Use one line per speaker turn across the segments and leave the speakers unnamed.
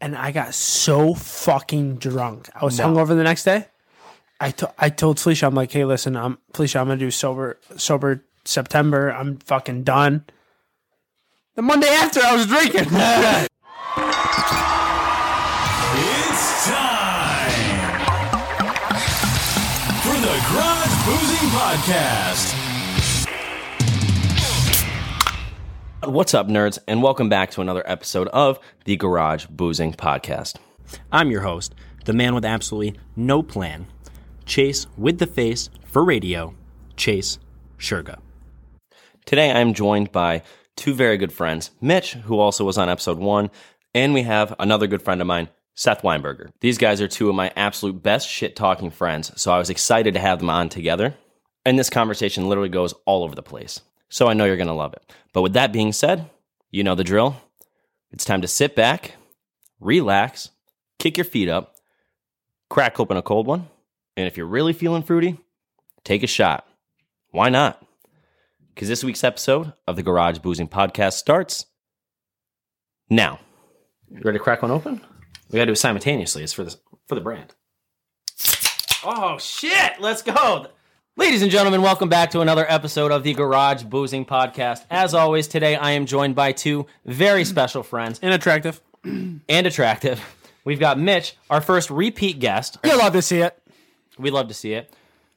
and I got so fucking drunk. I was
No.
hungover the next day. I to- I told Felicia, I'm like, hey, listen, I'm Felicia, I'm gonna do sober sober September. I'm fucking done. The Monday after, I was drinking.
It's time for the Garage Boozing Podcast.
What's up, nerds, and welcome back to another episode of the Garage Boozing Podcast.
I'm your host, the man with absolutely no plan, Chase with the face for radio, Chase Sherga.
Today I'm joined by two very good friends, Mitch, who also was on episode one, and we have another good friend of mine, Seth Weinberger. These guys are two of my absolute best shit talking friends, so I was excited to have them on together. And this conversation literally goes all over the place. So I know you're going to love it. But with that being said, you know the drill. It's time to sit back, relax, kick your feet up, crack open a cold one, and if you're really feeling fruity, take a shot. Why not? because this week's episode of the Garage Boozing Podcast starts now. You ready to crack one open? We gotta do it simultaneously. It's for the for the brand. Oh shit! Let's go. Ladies and gentlemen, welcome back to another episode of the Garage Boozing Podcast. As always, today I am joined by two very special friends
Inattractive.
and attractive. We've got Mitch, our first repeat guest.
You'll love to see it.
We love to see it.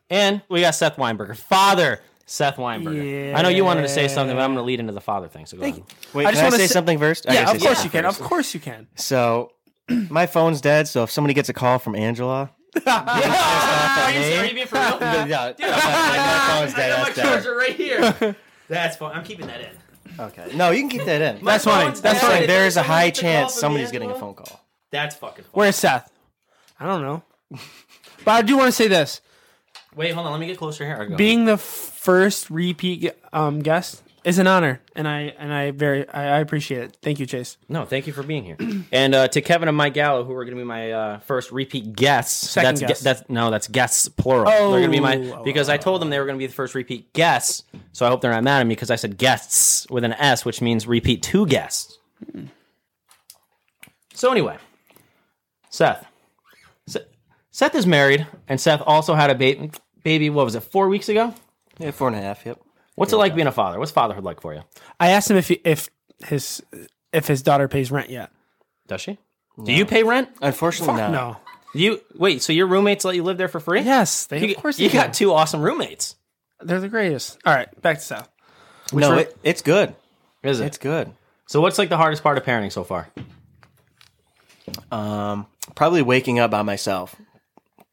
And we got Seth Weinberger, father Seth Weinberger. I know you wanted to say something, but I'm going to lead into the father thing. So go ahead.
Wait,
I
I
just
can I
wanna
say
say-
something first? I
Yeah,
gotta
of
say
course you
something
can.
first.
Of course you can.
So, my phone's dead. So if somebody gets a call from Angela,
Are you serious? Are you being for real?
yeah, my- my phone's dead. That's better.
right here. That's fine. I'm keeping that in.
Okay, no, you can keep that in.
That's funny.
phone's
That's
dead.
funny.
Like, there is a
Someone
high
gets a call
chance
from
somebody's
Angela?
getting a phone call.
That's fucking fine.
Where's Seth? I don't know. But I do want to say this:
Wait, hold on. Let me get closer here. Go.
being the first repeat um, guest is an honor, and I and I very I, I appreciate it. Thank you, Chase.
no, thank you for being here. and uh, to Kevin and Mike Gallo, who are going to be my uh, first repeat guests.
Second
that's gu-
guest.
that's no, that's guests plural. they're going to be my
Oh.
because I told them they were going to be the first repeat guests. So I hope they're not mad at me because I said guests with an S, which means repeat two guests. So anyway, Seth. Se- Seth is married, and Seth also had a ba- baby. What was it? Four weeks ago.
Yeah, four and a half. Yep.
What's it like being a father? What's fatherhood like for you?
I asked him if he, if his if his daughter pays rent yet.
Does she? Do you pay rent?
Unfortunately, not.
No.
You wait. So your roommates let you live there for free?
Yes, they,
You,
of course
you
they
got
do.
two awesome roommates.
They're the greatest. All right, back to Seth.
no, it, it's good.
Is
It's good.
So what's like the hardest part of parenting so far?
Um, probably waking up by myself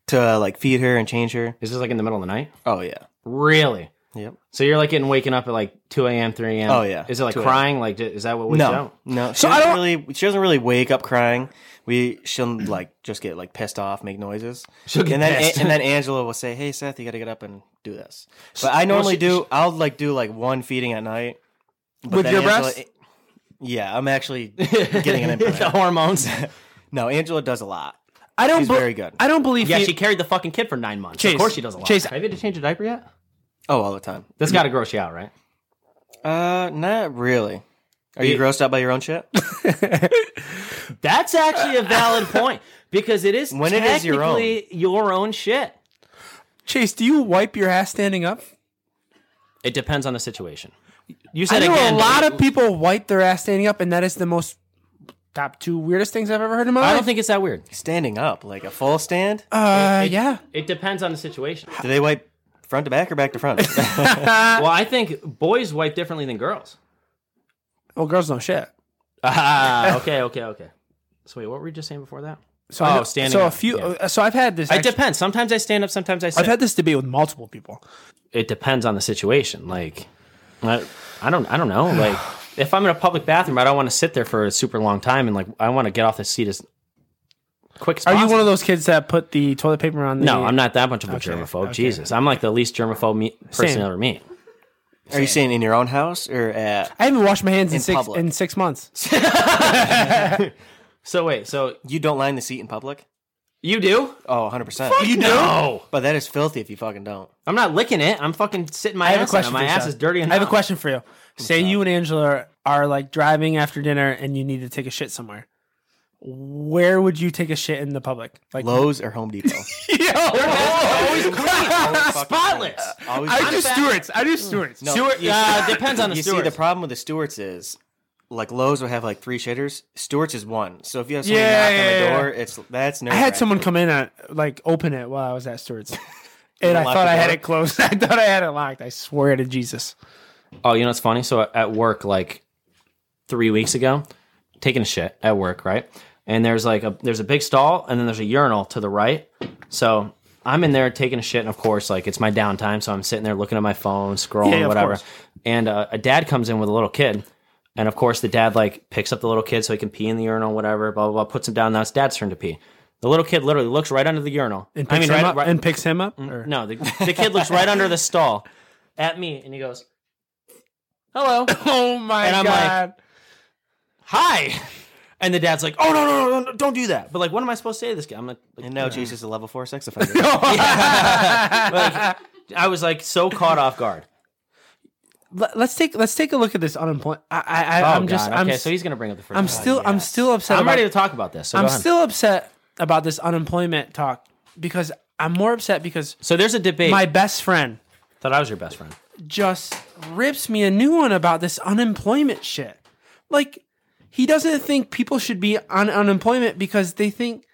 to uh, like feed her and change her.
Is this like in the middle of the night?
Oh yeah.
Really?
Yep.
So you're like getting waking up at like two a.m., three a.m.
Oh, yeah.
Is it like
2 a.m.
crying? Like d- is that what wakes you
No,
up?
no. She
So I
doesn't
don't-
really. She doesn't really wake up crying. We she'll like just get like pissed off, make noises.
She'll get
and then
pissed.
and then Angela will say, "Hey Seth, you got to get up and do this." But I normally
she-
do. I'll like do like one feeding at night. But
With
then
your
Angela-
breast?
Yeah, I'm actually getting an implant.
hormones.
no, Angela does a lot.
I don't.
She's
bel-
very good.
I don't believe.
yeah,
he-
she carried the fucking kid for nine months.
Chase,
of course she does a lot.
Chase-
have you had to change a diaper yet?
Oh, all the time.
That's got to gross you out, right?
Uh, not really. Are you
Yeah.
grossed out by your own shit?
That's actually a valid point because it is
When it is your own.
technically your own shit.
Chase, do you wipe your ass standing up?
It depends on the situation.
I
You said
know
again,
a lot of people wipe their ass standing up, and that is the most top two weirdest things I've ever heard in my life.
I don't think it's that weird.
Standing up, like a full stand.
Uh, yeah.
It depends on the situation.
Do they wipe front to back or back to front?
Well, I think boys wipe differently than girls.
Well, girls don't shit.
Ah, okay, okay, okay. So wait, what were we just saying before that?
So I
Oh,
know-
standing
So a
up,
few.
yeah.
uh, So I've had this.
It
actually-
depends. Sometimes I stand up, sometimes I sit.
I've had this debate with multiple people.
it depends on the situation. Like, I, I don't, I don't know. Like, if I'm in a public bathroom, I don't want to sit there for a super long time, and like, I want to get off the seat as quick as
Are you
possible.
one of those kids that put the toilet paper on the?
no, I'm not that much of a germaphobe. Jesus, I'm like the least germaphobe me- person
Same.
you'll ever meet.
Are you saying in your own house or at?
I haven't washed my hands in,
In
six
public.
in six months.
So wait, so
You don't line the seat in public?
you do?
Oh, 100%.
You no.
But that is filthy if you fucking don't.
I'm not licking it. I'm fucking sitting my
I have a
ass. on it.
question.
My
for you,
ass
Seth.
is dirty.
I have a question for you. Say you and Angela are, are like driving after dinner, and you need to take a shit somewhere. where would you take a shit in the public? Like
Lowe's or Home Depot.
Yo,
always clean.
Always fucking
Spotless. Mm.
clean. Always
I
clean.
do Stewart's. I do Stewart's.
No,
Stewart-
you
uh,
see-
depends on the
you
Stewart's.
see, the problem with the Stewart's is like Lowe's will have like three shitters. Stewart's is one. So if you have someone
Yeah,
knock
yeah,
on
yeah.
the door, it's that's no.
I had someone come in and like open it while I was at Stewart's, and I
lock
thought
the
I had
door?
it closed. I thought I had it locked. I swear to Jesus.
Oh, you know it's funny. So at work, like three weeks ago, taking a shit at work, right? And there's like a there's a big stall, and then there's a urinal to the right. So I'm in there taking a shit, and of course, like it's my downtime, so I'm sitting there looking at my phone, scrolling,
Yeah, yeah, of
whatever.
course.
And uh, a dad comes in with a little kid, and of course, the dad like picks up the little kid so he can pee in the urinal, whatever. Blah blah blah. Puts him down. Now it's dad's turn to pee. The little kid literally looks right under the urinal.
And picks him
right,
up.
right-
and picks him up. or-
no, the, the kid looks right under the stall at me, and he goes, "Hello."
Oh my
And I'm like,
god.
hi. And the dad's like, oh, no, no, no, no, don't do that. But like, what am I supposed to say to this guy? I'm like, like,
And now Jesus is a level four sex offender.
like, I was like so caught off guard.
Let- let's take let's take a look at this unemployment. I, I, I
Oh,
I'm just
God. okay,
I'm,
so he's going to bring up the first
I'm
one.
still I'm still upset.
I'm
about,
ready to talk about this. So
I'm
go ahead.
still upset about this unemployment talk because I'm more upset because
so there's a debate.
my
I
best friend
thought I was your best friend.
just rips me a new one about this unemployment shit. Like he doesn't think people should be on unemployment because they think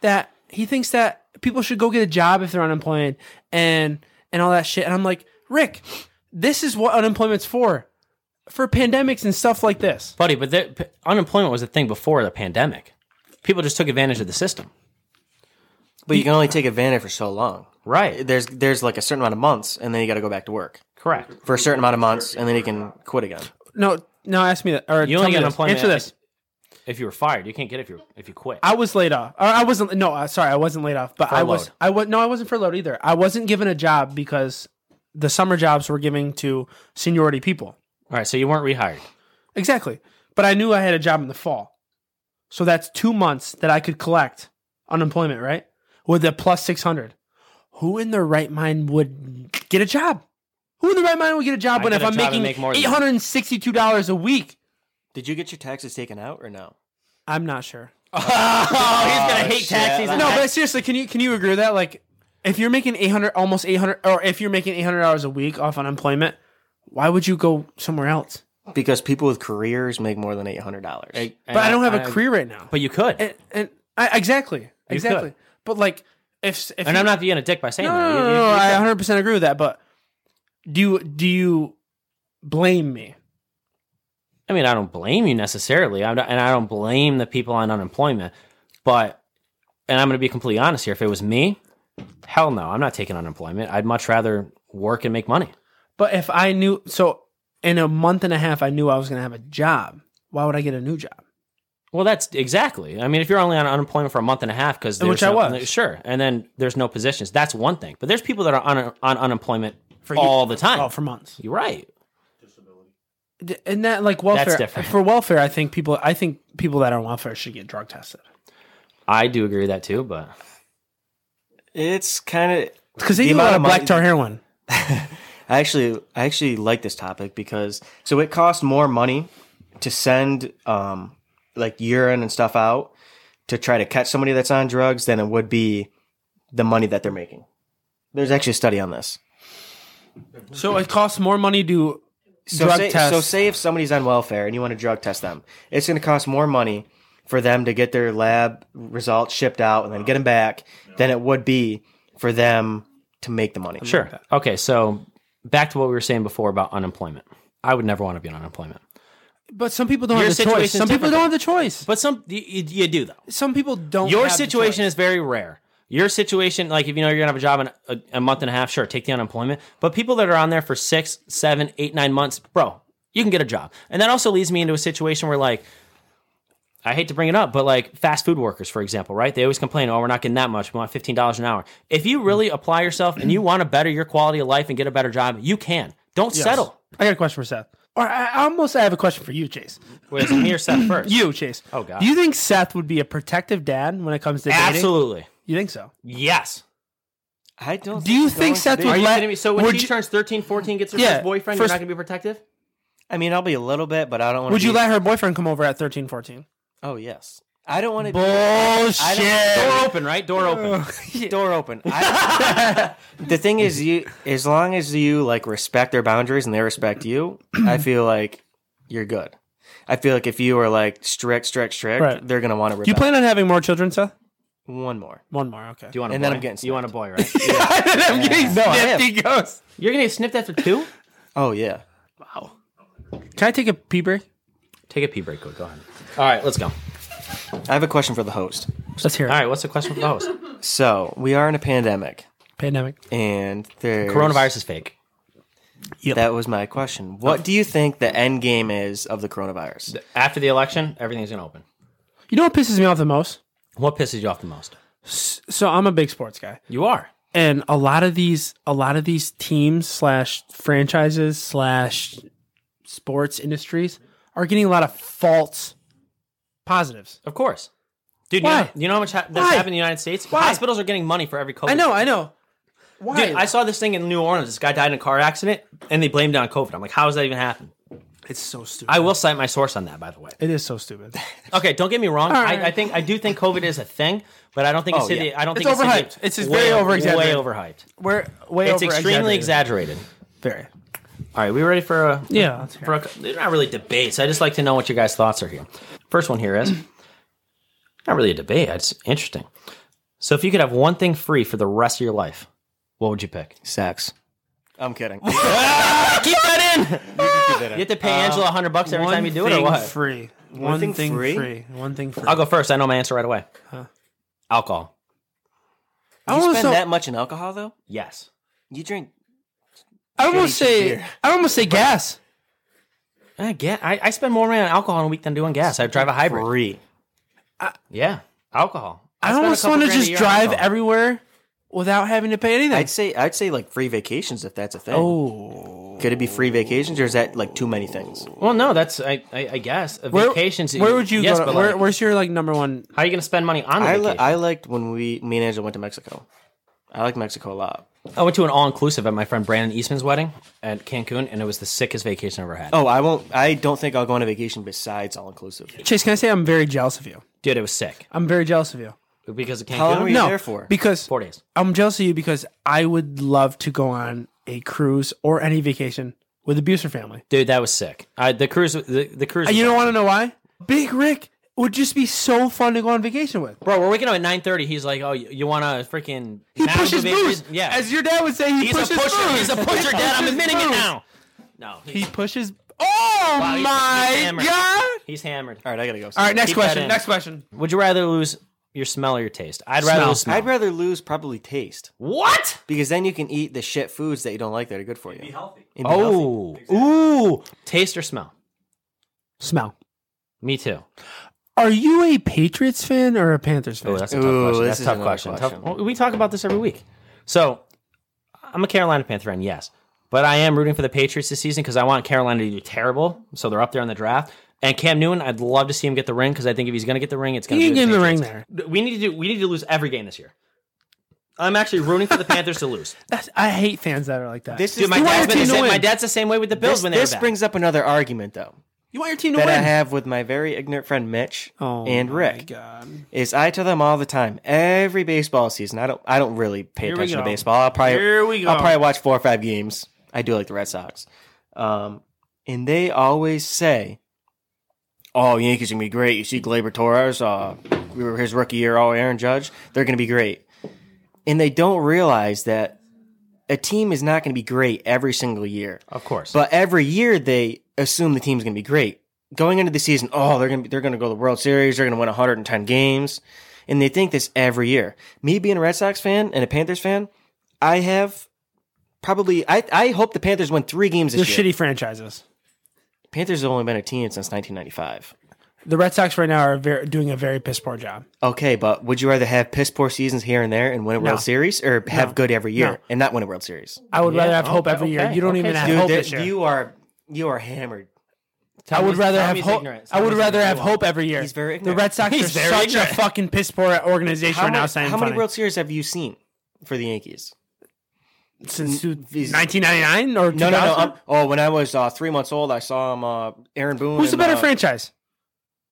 that he thinks that people should go get a job if they're unemployed and and all that shit. And I'm like, Rick, this is what unemployment's for. For pandemics and stuff like this.
Buddy, but there, p- unemployment was a thing before the pandemic. People just took advantage of the system.
but you can only take advantage for so long.
Right.
There's there's like a certain amount of months, and then you got to go back to work
Correct.
for a certain amount of months, and then you can quit again.
No, no, ask me that. Or
You
tell
only
me
get
this.
unemployment
Answer this.
If you were fired, you can't get it if you if you quit.
I was laid off. Or I wasn't. No, uh, sorry, I wasn't laid off. But I was.
Furloughed.
I was. No, I wasn't furloughed either. I wasn't given a job because the summer jobs were giving to seniority people.
All right, so you weren't rehired.
Exactly. But I knew I had a job in the fall, so that's two months that I could collect unemployment, right? With a plus six hundred. Who in their right mind would get a job? Who in their right mind would get a job
I
when
got
if
a
I'm
job and
making
make more than
eight
that.
hundred and sixty-two dollars a week?
Did you get your taxes taken out or no?
I'm not sure.
Oh, he's going to hate taxis.
No, but seriously, can you can you agree with that? Like, if you're making eight hundred, almost eight hundred, or if you're making eight hundred dollars a week off unemployment, why would you go somewhere else?
Because people with careers make more than eight hundred dollars.
But I don't have a career right now.
But you could.
and, and I, exactly,
You
exactly.
could.
But like, if, if
And
you-
I'm not being a dick by saying
no,
that.
no,
You-
no,
you-
no,
you
I
said-
100 percent agree with that. But do you do you blame me?
I mean, I don't blame you necessarily. I'm not, and I don't blame the people on unemployment. But, and I'm going to be completely honest here. If it was me, hell no, I'm not taking unemployment. I'd much rather work and make money.
But if I knew, so in a month and a half, I knew I was going to have a job. Why would I get a new job?
Well, that's exactly. I mean, if you're only on unemployment for a month and a half, because
Which I was.
sure, and then there's no positions. That's one thing. But there's people that are on, on unemployment all the time.
Oh, for months.
you're right.
D- and that like welfare
different.
for welfare i think people i think people that are on welfare should get drug tested
I do agree with that too. But
It's kind of
because they
The
do a lot
amount
of
of
black
money-
tar heroin
I actually I actually like this topic because so it costs more money to send um like urine and stuff out to try to catch somebody that's on drugs than it would be the money that they're making. There's actually a study on this.
so it costs more money to
So
drug
say,
test
so say if somebody's on welfare and you want to drug test them, it's going to cost more money for them to get their lab results shipped out and then get them back than it would be for them to make the money.
Sure. Okay, so back to what we were saying before about unemployment. I would never want to be on unemployment.
but some people don't
Your
have the choice
situation's
some people
different.
don't have the choice
But some you, you, you do though.
some people don't
Your
have the
situation
choice.
is very rare. Your situation, like if you know you're gonna have a job in a, a month and a half, sure, take the unemployment. But people that are on there for six, seven, eight, nine months, bro, you can get a job. And that also leads me into a situation where like. I hate to bring it up, but like fast food workers, for example, right? They always complain, oh, we're not getting that much. We want $15 an hour. If you really apply yourself and you want to better your quality of life and get a better job, you can. Don't settle.
i got a question for seth or I, I almost I have a question for you chase
Whereas me or Seth first?
you chase
Oh, God.
do you think seth would be a protective dad when it comes to dating
Absolutely.
you think so
Yes.
I don't.
Do you
it's
think
going to
Seth
be-
would
Are you
Let-
kidding me? So when
would
she
you-
turns 13, 14, gets her
Yeah,
first boyfriend,
first-
you're not going to be protective?
I mean, I'll be a little bit, but I don't want.
would
be,
you let her boyfriend come over at 13 14
Oh yes. I don't want to
Oh,
I don't-
Bullshit.
Door
open, right? Door open.
door open. I- the thing is, you as long as you like respect their boundaries and they respect you, I feel like you're good. I feel like if you are like strict, strict, strict,
Right.
they're gonna want to.
Do you plan on having more children, Seth?
one more?
One more, okay.
You want a
And
boy?
then I'm getting
you want a boy, right?
I'm getting
No, I am.
sniffed. He goes.
You're gonna get sniffed after two?
Oh yeah.
Can I take a pee break?
Take a pee break. Go go ahead. All right, let's go. All
I have a question for the host.
Let's hear it.
right, what's the question for the host?
So we are in a pandemic,
Pandemic.
and there's
Coronavirus is fake.
That was my question. What do you think the end game is of the coronavirus?
After the election, everything's gonna open.
You know what pisses me off the most?
What pisses you off the most?
So I'm a big sports guy.
You are.
and a lot of these a lot of these teams slash franchises slash sports industries are getting a lot of false positives
Of course. Dude,
Why?
You, know, you know how much ha- that's
Why?
happened in the United States?
Why?
Hospitals are getting money for every COVID.
i know i know why
Dude, I saw this thing in New Orleans. This guy died in a car accident, and they blamed it on COVID. I'm like, how does that even happen?
it's so stupid
I will cite my source on that, by the way.
it is so stupid
Okay, don't get me wrong.
right.
I, I think I do think COVID is a thing, but I don't think it's.
Oh, yeah.
I don't
It's
think
overhyped.
It's,
It's just
way,
very overexaggerated.
Way overhyped.
we're way
It's extremely exaggerated.
very
All right, we ready for a?
yeah let's hear
For
it.
a they're not really debates. I just like to know what your guys' thoughts are here. First one here is not really a debate. It's interesting. So, if you could have one thing free for the rest of your life, what would you pick?
Sex. I'm kidding.
Keep that in. You have to pay Angela a hundred bucks every
one
time you do it, or
thing
what?
free one,
thing
thing,
free?
free? one thing free
I'll go first. I know my answer right away. Alcohol.
i
you
almost,
spend
so,
that much in alcohol though?
Yes.
You drink.
I almost
shitty
say
beer.
i almost say gas
I get. I, I spend more money on alcohol in a week than doing gas. I drive a hybrid.
Free.
Yeah, alcohol.
i,
spend a
almost
couple
want to
grand a
just
year on
drive
alcohol.
everywhere without having to pay anything
I'd say I'd say like free vacations if that's a thing.
oh
Could it be free vacations or is that like too many things?
Well, no, that's I. I, I guess A vacations.
where would you
yes,
go to,
but
where,
like,
where's your like number one
how are you going to spend money on the
I, li-
vacation? I,
I liked when we me and Angela went to Mexico. I like Mexico a lot.
went to an all inclusive at my friend Brandon Eastman's wedding at Cancun, and it was the sickest vacation I ever had.
Oh, I won't. I don't think I'll go on a vacation besides all inclusive.
Chase, can I say I'm very jealous of you?
dude, it was sick
I'm very jealous of you.
because of Cancun.
How long were you
No,
there for?
because
Four days.
I'm jealous of you because I would love to go on a cruise or any vacation with the Bucer family.
Dude, that was sick. I, the cruise. The, the cruise.
And Uh, you
was
don't
awesome.
want to know why? Big Rick would just be so fun to go on vacation with.
Bro, we're waking up at nine thirty. He's like, "Oh, you, you want to freaking?"
He pushes booze.
Yeah,
As your dad would say, he
he's a
pushes
pusher.
booze.
He's a pusher, Dad. I'm
pushes
admitting it
booze.
now. No, he-
He pushes. Oh
Wow, he's- he's
my
hammered.
God.
he's hammered.
all right, I gotta go.
All right, next
Keep that
question.
in.
Next question.
Would you rather lose your smell or your taste? I'd rather
Smell.
lose smell.
I'd rather lose probably taste
what?
because then you can eat the shit foods that you don't like that are good for you. Be healthy. oh,
Oh, ooh, taste or smell?
Smell.
Me too.
Are you a Patriots fan or a Panthers fan?
Oh, that's a tough
Ooh,
question.
this
That's a
is
tough
another
question.
question.
Tough- well, we talk about this every week. So, I'm a Carolina Panther fan, yes, but I am rooting for the Patriots this season because I want Carolina to do terrible, so they're up there in the draft. And Cam Newton, I'd love to see him get the ring because I think if he's going to get the ring, it's going
You
to
can
be
give him the ring
Patriots.
there.
We need to do. We need to lose every game this year. I'm actually rooting for the Panthers to lose.
That's, I hate fans that are like that.
this
Dude,
is
my
the
dad's,
worst
been the
team to
same,
win.
my dad's the same way with the Bills
This,
when they
this
were back.
brings up another argument though
you want your team to
that I
win.
have with my very ignorant friend Mitch
oh
and
My
Rick.
God.
Is I tell them all the time every baseball season. I don't. I don't really pay
Here we
attention to
go.
baseball. I'll probably.
Here we
I'll
go.
probably watch four or five games. I do like the Red Sox, um, and they always say, "Oh, Yankees are gonna be great." You see Gleyber Torres, uh, we were his rookie year. Oh, Aaron Judge, they're gonna be great, and they don't realize that a team is not gonna be great every single year.
of course.
But every year they assume the team's going to be great. Going into the season, oh, they're going to they're going to go to the World Series. They're going to win 110 games, and they think this every year. Me being a Red Sox fan and a Panthers fan, I have probably I I hope the Panthers win three games
They're
this year.
shitty franchises.
Panthers have only been a team since 1995.
The Red Sox right now are very, doing a very piss poor job.
Okay, but would you rather have piss poor seasons here and there and win a World Series, or have good every year
No.
and not win a World Series?
I would rather have hope
okay,
every year.
okay,
You don't
okay,
even have
Dude,
hope
there-
this year.
you are you are hammered.
I would
Tommy's-
rather have
Tommy's
hope.
ignorant.
I would
Tommy's
rather have
ignorant.
hope every year.
He's very
the
ignorant.
Red Sox are
He's very
such
ignorant.
a fucking piss poor organization
How,
right now.
many-
Saying
how many
funny.
World Series have you seen for the Yankees?
since 1999 or
No, no, no.
2000?
I'm, oh, when I was uh, three months old, I saw him. Uh, Aaron Boone.
Who's the
and,
better
uh,
franchise?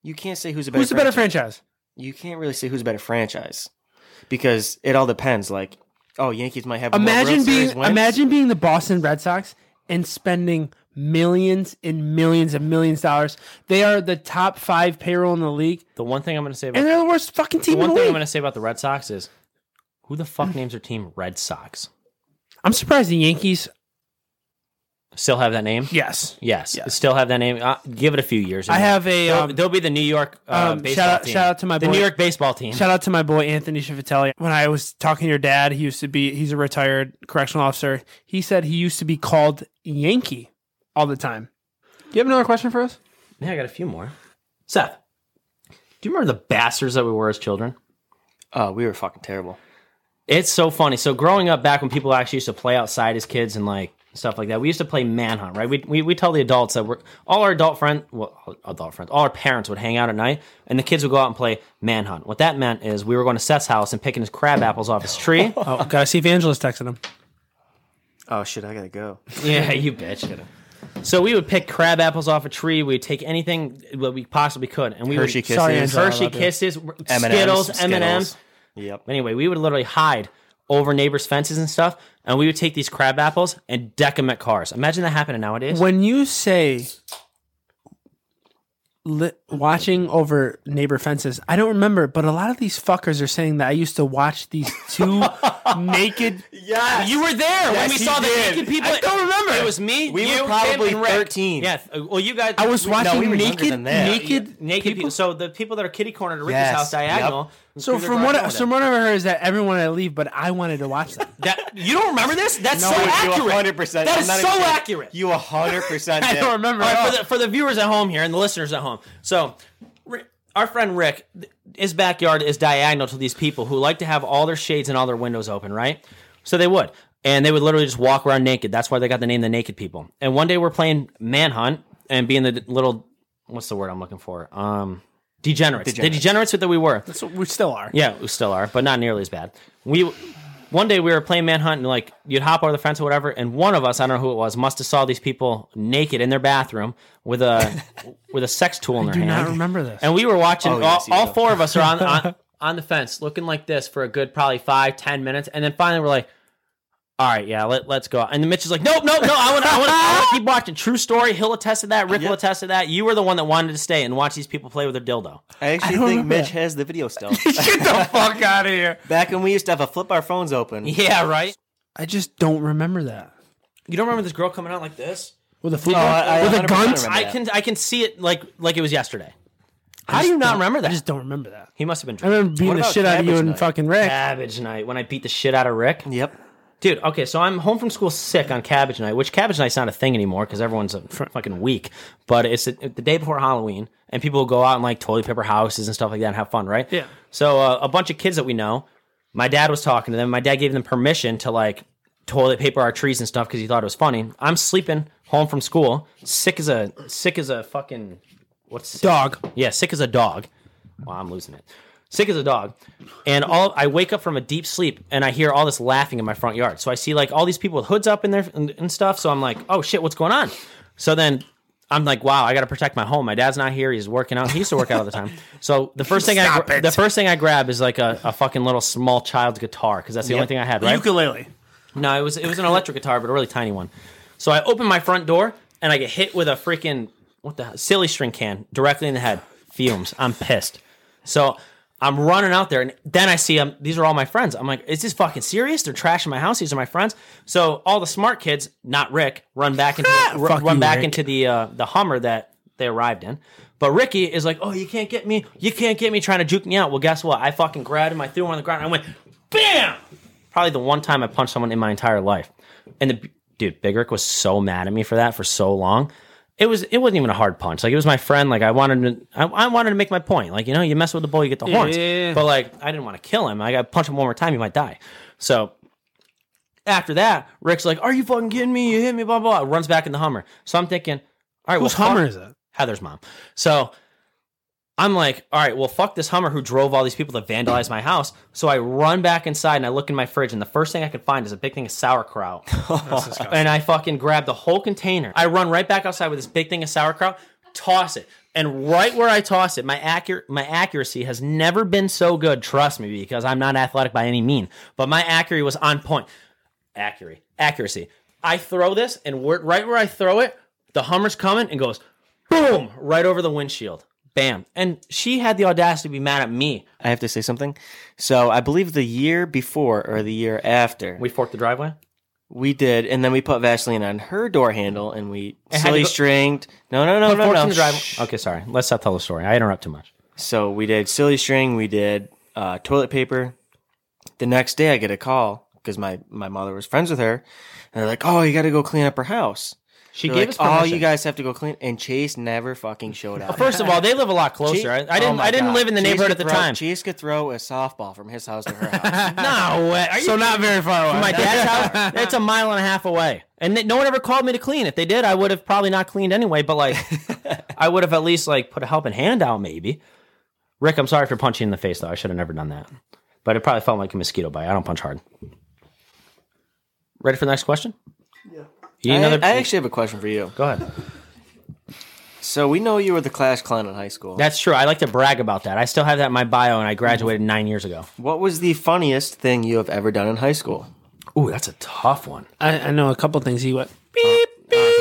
You can't say who's the better.
Who's the better franchise?
you can't really say who's a better franchise because it all depends. Like, oh, Yankees might have more
Imagine
World Series
being
wins.
imagine being the Boston Red Sox and spending millions and millions and millions of dollars. They are the top five payroll in the league,
The one thing I'm going to say about
and they're the worst fucking team
the
in
one thing
the
I'm
league.
going to say about the Red Sox is who the fuck names their team Red Sox?
I'm surprised the Yankees.
Still have that name?
Yes,
Yes, still have that name. Uh, give it a few years.
I have a
They'll,
um,
they'll be the New York uh,
um,
baseball
shout out-
team.
shout out to my
the
boy-
New York baseball team.
Shout out to my boy Anthony Civitelli. When I was talking to your dad, he used to be he's a retired correctional officer. He said he used to be called Yankee all the time. Do you have another question for us?
yeah, I got a few more. Seth, do you remember the bastards that we were as children?
Oh, we were fucking terrible.
It's so funny. So growing up back when people actually used to play outside as kids and like stuff like that, we used to play manhunt, right? We we, we tell the adults that we're all our adult friend, well, all- adult friends, all our parents would hang out at night, and the kids would go out and play manhunt. What that meant is we were going to Seth's house and picking his crab apples off his tree.
Oh, gotta see if Angela's texting him.
Oh shit, I gotta go.
Yeah, you bitch. So we would pick crab apples off a tree. We'd take anything that we possibly could, and we
Hershey
would
Kisses,
Sorry, Andrew. Sorry
Hershey
about that.
Kisses,
M&Ms,
Skittles, M and M's.
Yep.
Anyway, we would literally hide over neighbors' fences and stuff, and we would take these crab apples and deck them at cars. Imagine that happening nowadays.
When you say li- watching over neighbor fences, I don't remember, but a lot of these fuckers are saying that I used to watch these two naked.
Yeah.
You were there when we
he
saw
did.
the naked people.
I don't
remember. It was me.
We
you,
were probably
Tim, and Rick.
13.
Yeah. th- Well, you guys.
I was
we- no,
watching
we were younger
naked,
than that.
naked,
naked people? So the people that are kitty cornered at Ricky's
Yes.
house
Yep.
diagonal.
So
Peter
from what I-
Garfield.
from what I heard is that everyone I leave, but I wanted to watch them.
That you don't remember this? That's so
you
accurate.
100%.
That
I'm
is
not
so
even-
accurate.
You 100%
I
did.
don't remember.
All
at
right,
all.
for, the, for the viewers at home here and the listeners at home. So, Ri- our friend Rick, th- his backyard is diagonal to these people who like to have all their shades and all their windows open, right? So they would. And they would literally just walk around naked. That's why they got the name the Naked People. And one day we're playing Manhunt and being the d- little, what's the word I'm looking for? Um, degenerates. The degenerates that we were.
So we still are.
Yeah, we still are, but not nearly as bad. We one day we were playing manhunt and like you'd hop over the fence or whatever, and one of us, I don't know who it was, must have saw these people naked in their bathroom with a with a sex tool in their
Do
hand.
not remember this.
And we were watching. all,
yes, you
all
do.
four of us are on, on on the fence, looking like this for a good probably five, ten minutes, and then finally we're like, "All right, yeah, let us go." And then Mitch is like, "Nope, nope, no, I want, I want, I want to keep watching." True story. He'll attest to that. Rick will attest to that. You were the one that wanted to stay and watch these people play with their dildo.
I actually
don't
think
remember
Mitch has the video still.
Get the fuck out of here.
Back when we used to have to flip our phones open.
Yeah, right.
I just don't remember that.
You don't remember this girl coming out like this?
With a flute,
No, I- I
with a
100%
gun.
remember.
I
that.
can I can see it like like it was yesterday. How do you not remember
I just
that?
don't remember that.
He must have been
I
drinking.
remember beating the
about
shit out of you
Cabbage
and
Night?
fucking Rick.
Cabbage night when I beat the shit out of Rick.
Yep.
Dude, okay, so I'm home from school sick on Cabbage Night, which Cabbage Night's not a thing anymore because everyone's a fucking weak. But it's the the day before Halloween, and people will go out and like toilet paper houses and stuff like that and have fun, right?
Yeah.
So uh, a bunch of kids that we know, my dad was talking to them. My dad gave them permission to like toilet paper our trees and stuff because he thought it was funny. I'm sleeping home from school, sick as a sick as a fucking what's sick?
Dog.
Yeah, sick as a dog. Wow, I'm losing it. Sick as a dog. And all I wake up from a deep sleep and I hear all this laughing in my front yard. So I see like all these people with hoods up in there and, and stuff. So I'm like, oh shit, what's going on? So then I'm like, wow, I got to protect my home. My dad's not here. He's working out. He used to work out all the time. So the first thing I gra- the first thing I grab is like a, a fucking little small child's guitar because that's the only thing I had. Right?
Ukulele.
No, it was it was an electric guitar, but a really tiny one. So I open my front door and I get hit with a freaking what the hell, silly string can directly in the head. Fumes. I'm pissed. So I'm running out there, and then I see them. These are all my friends. I'm like, is this fucking serious? They're trashing my house. These are my friends. So all the smart kids, not Rick, run back into the, ru-
Ah, Fuck
run
you,
back
Rick.
into the uh, the Hummer that they arrived in. But Ricky is like, oh, you can't get me. You can't get me trying to juke me out. Well, guess what? I fucking grabbed him. I threw him on the ground. And I went, bam! probably the one time I punched someone in my entire life. And the dude, Big Rick was so mad at me for that for so long. It was it wasn't even a hard punch. Like it was my friend. Like I wanted to I, I wanted to make my point. Like you know, you mess with the bull, you get the horns.
yeah, yeah.
But like I didn't want to kill him. I got punch him one more time, he might die. So after that, Rick's like, "Are you fucking kidding me? You hit me, blah blah." blah. Runs back in the Hummer. So I'm thinking, "All right,
Whose
well, fuck-
Hummer is it?
Heather's mom. So I'm like, all right, well, fuck this Hummer who drove all these people that vandalized my house. So I run back inside and I look in my fridge, and the first thing I can find is a big thing of sauerkraut. and I fucking grab the whole container. I run right back outside with this big thing of sauerkraut, toss it, And right where I toss it, my accur- my accuracy has never been so good. Trust me, because I'm not athletic by any mean, but my accuracy was on point. Accuracy, accuracy. I throw this, and where- right where I throw it, the Hummer's coming and goes, boom, right over the windshield, bam. And she had the audacity to be mad at me.
I have to say something. So I believe the year before or the year after
We forked the driveway.
we did, and then we put Vaseline on her door handle and we
had to
silly
go-
stringed. No, no, no,
Put
no,
forks in
no.
the driveway. Okay, sorry. Let's not tell the story. I interrupt too much.
So we did silly string. We did uh, toilet paper. The next day, I get a call because my my mother was friends with her, and they're like, "Oh, you got to go clean up her house."
She
They're
gave
like,
us
"Oh,
permission.
you guys have to go clean." And Chase never fucking showed up.
First of all, they live a lot closer.
Chase-
I, I
Oh
didn't.
my
I didn't
God.
live in the
Chase
neighborhood
could
at the
throw-
time.
Chase could throw a softball from his house to her house.
No way. Are you
So not very far away.
my dad's house? That's a mile and a half away. And they, no one ever called me to clean. If they did, I would have probably not cleaned anyway. But like, I would have at least like put a helping hand out, maybe. Rick, I'm sorry for punching you in the face though. I should have never done that. But it probably felt like a mosquito bite. I don't punch hard. Ready for the next question? Yeah. You need
I,
another?
I actually have a question for you.
Go ahead.
So we know you were the class clown in high school.
That's true. I like to brag about that. I still have that in my bio, and I graduated nine years ago.
what was the funniest thing you have ever done in high school?
Ooh, that's a tough one.
I, I know a couple things he went.
Oh,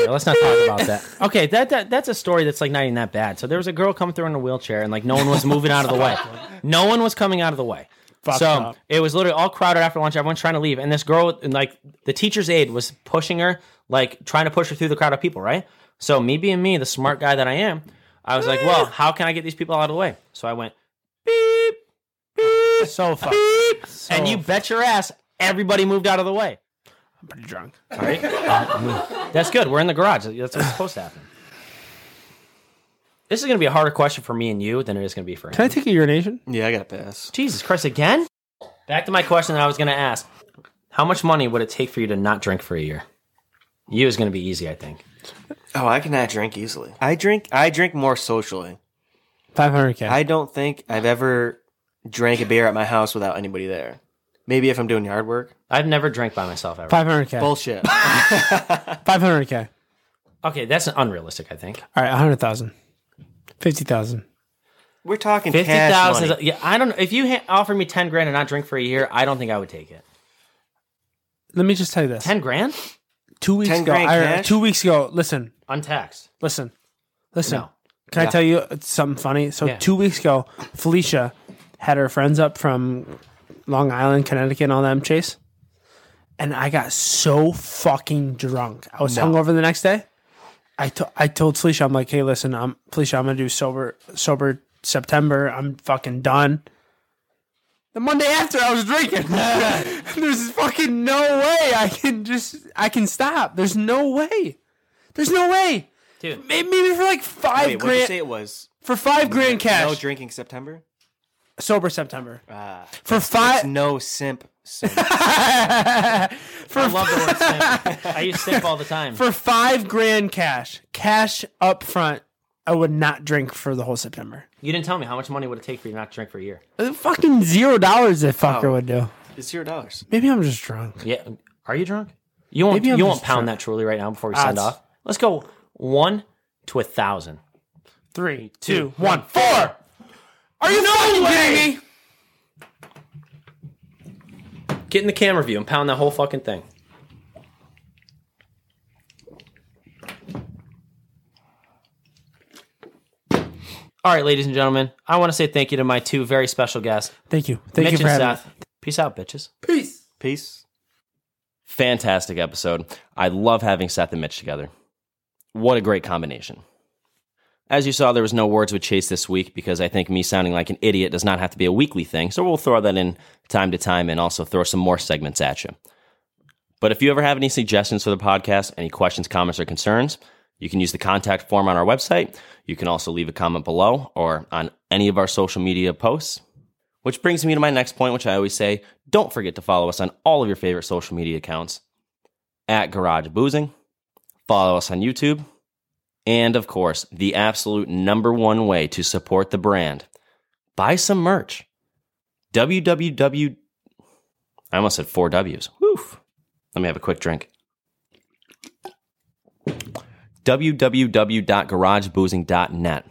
Okay, let's not talk about that. Okay, that, that that's a story that's like not even that bad. So there was a girl coming through in a wheelchair, and like no one was moving out of the way. No one was coming out of the way. so
up.
it was literally all crowded after lunch. Everyone's trying to leave, and this girl, and like the teacher's aide, was pushing her, like trying to push her through the crowd of people. Right. So me being me, the smart guy that I am, I was like, well, how can I get these people out of the way? So I went beep, beep,
So fucked.
and you bet your ass, everybody moved out of the way.
I'm pretty drunk.
That's good. We're in the garage. That's what's supposed to happen. This is going to be a harder question for me and you than it is going to be for him.
Can I take a urination?
Yeah, I got to pass.
Jesus Christ, again? Back to my question that I was going to ask. How much money would it take for you to not drink for a year? You is going to be easy, I think.
Oh, I cannot drink easily. I drink. I drink more socially.
500k.
I don't think I've ever drank a beer at my house without anybody there. Maybe if I'm doing yard work.
I've never drank by myself ever.
500k.
Bullshit.
500k.
Okay, that's unrealistic, I think.
All right, 100,000. 50,000.
We're talking
Fifty
cash
thousand.
money.
Yeah, I don't know. If you ha- offered me ten grand and not drink for a year, I don't think I would take it.
Let me just tell you this.
Ten grand
two weeks
10
ago,
grand
I-
cash?
two weeks ago, listen,
untaxed.
listen, listen.
No.
Can I tell you something funny? So
Yeah.
two weeks ago, Felicia had her friends up from Long Island, Connecticut, and all them chase, and I got so fucking drunk. I was hungover the next day. I to- I told Felicia, I'm like, hey, listen, I'm Felicia, I'm gonna do sober sober September. I'm fucking done. The Monday after, I was drinking. There's fucking no way I can just I can stop. There's no way. There's no way.
Dude.
May- maybe for like five
Wait, what'd you
grand
say it was?
for five grand cash
No drinking September.
sober September
Ah,
for five
no simp. simp.
I love the word simp. I use simp all the time.
for five grand cash cash up front. I would not drink for the whole September.
You didn't tell me how much money would it take for you not to drink for a year.
Uh, Fucking zero dollars that fucker
Oh.
would do.
it's zero dollars.
Maybe I'm just drunk.
Yeah. Are you drunk? You won't.
Maybe I'm
you won't
just
pound
drunk.
that truly right now before we send
Odds.
off. Let's go one to a thousand.
Three, two, one, four. Are you fucking kidding me?
Get in the camera view and pound that whole fucking thing. All right, ladies and gentlemen, I want to say thank you to my two very special guests,
Thank you. Thank
Mitch
you for
and
having
uh,
me.
Seth. Peace out, bitches.
Peace.
Fantastic episode. I love having Seth and Mitch together. What a great combination. As you saw, there was no words with Chase this week because I think me sounding like an idiot does not have to be a weekly thing, so we'll throw that in time to time and also throw some more segments at you. But if you ever have any suggestions for the podcast, any questions, comments, or concerns, you can use the contact form on our website. You can also leave a comment below or on any of our social media posts. Which brings me to my next point, which I always say don't forget to follow us on all of your favorite social media accounts at Garage Boozing. Follow us on YouTube. And of course, the absolute number one way to support the brand buy some merch. www. I almost said four W's. Woof. Let me have a quick drink. www.garageboozing.net.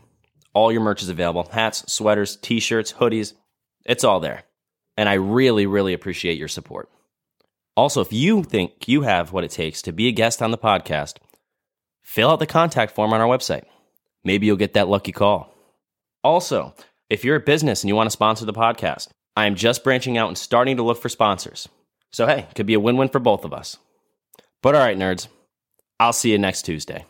All your merch is available hats, sweaters, t shirts, hoodies. It's all there. And I really, really appreciate your support. Also, if you think you have what it takes to be a guest on the podcast, fill out the contact form on our website. Maybe you'll get that lucky call. Also, if you're a business and you want to sponsor the podcast, I am just branching out and starting to look for sponsors. So, hey, could be a win win for both of us. But all right, nerds, I'll see you next Tuesday.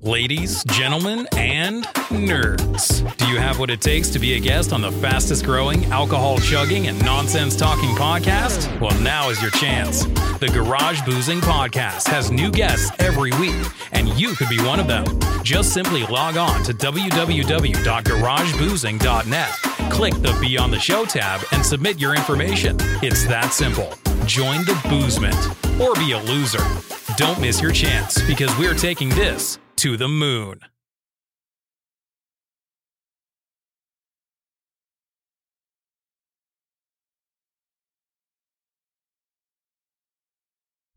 Ladies, gentlemen, and nerds. Do you have what it takes to be a guest on the fastest growing, alcohol chugging, and nonsense talking podcast? Well, now is your chance. The Garage Boozing Podcast has new guests every week, and you could be one of them. Just simply log on to www.garageboozing.net, click the Be on the Show tab, and submit your information. It's that simple. Join the boozement or be a loser. Don't miss your chance because we're taking this to the moon.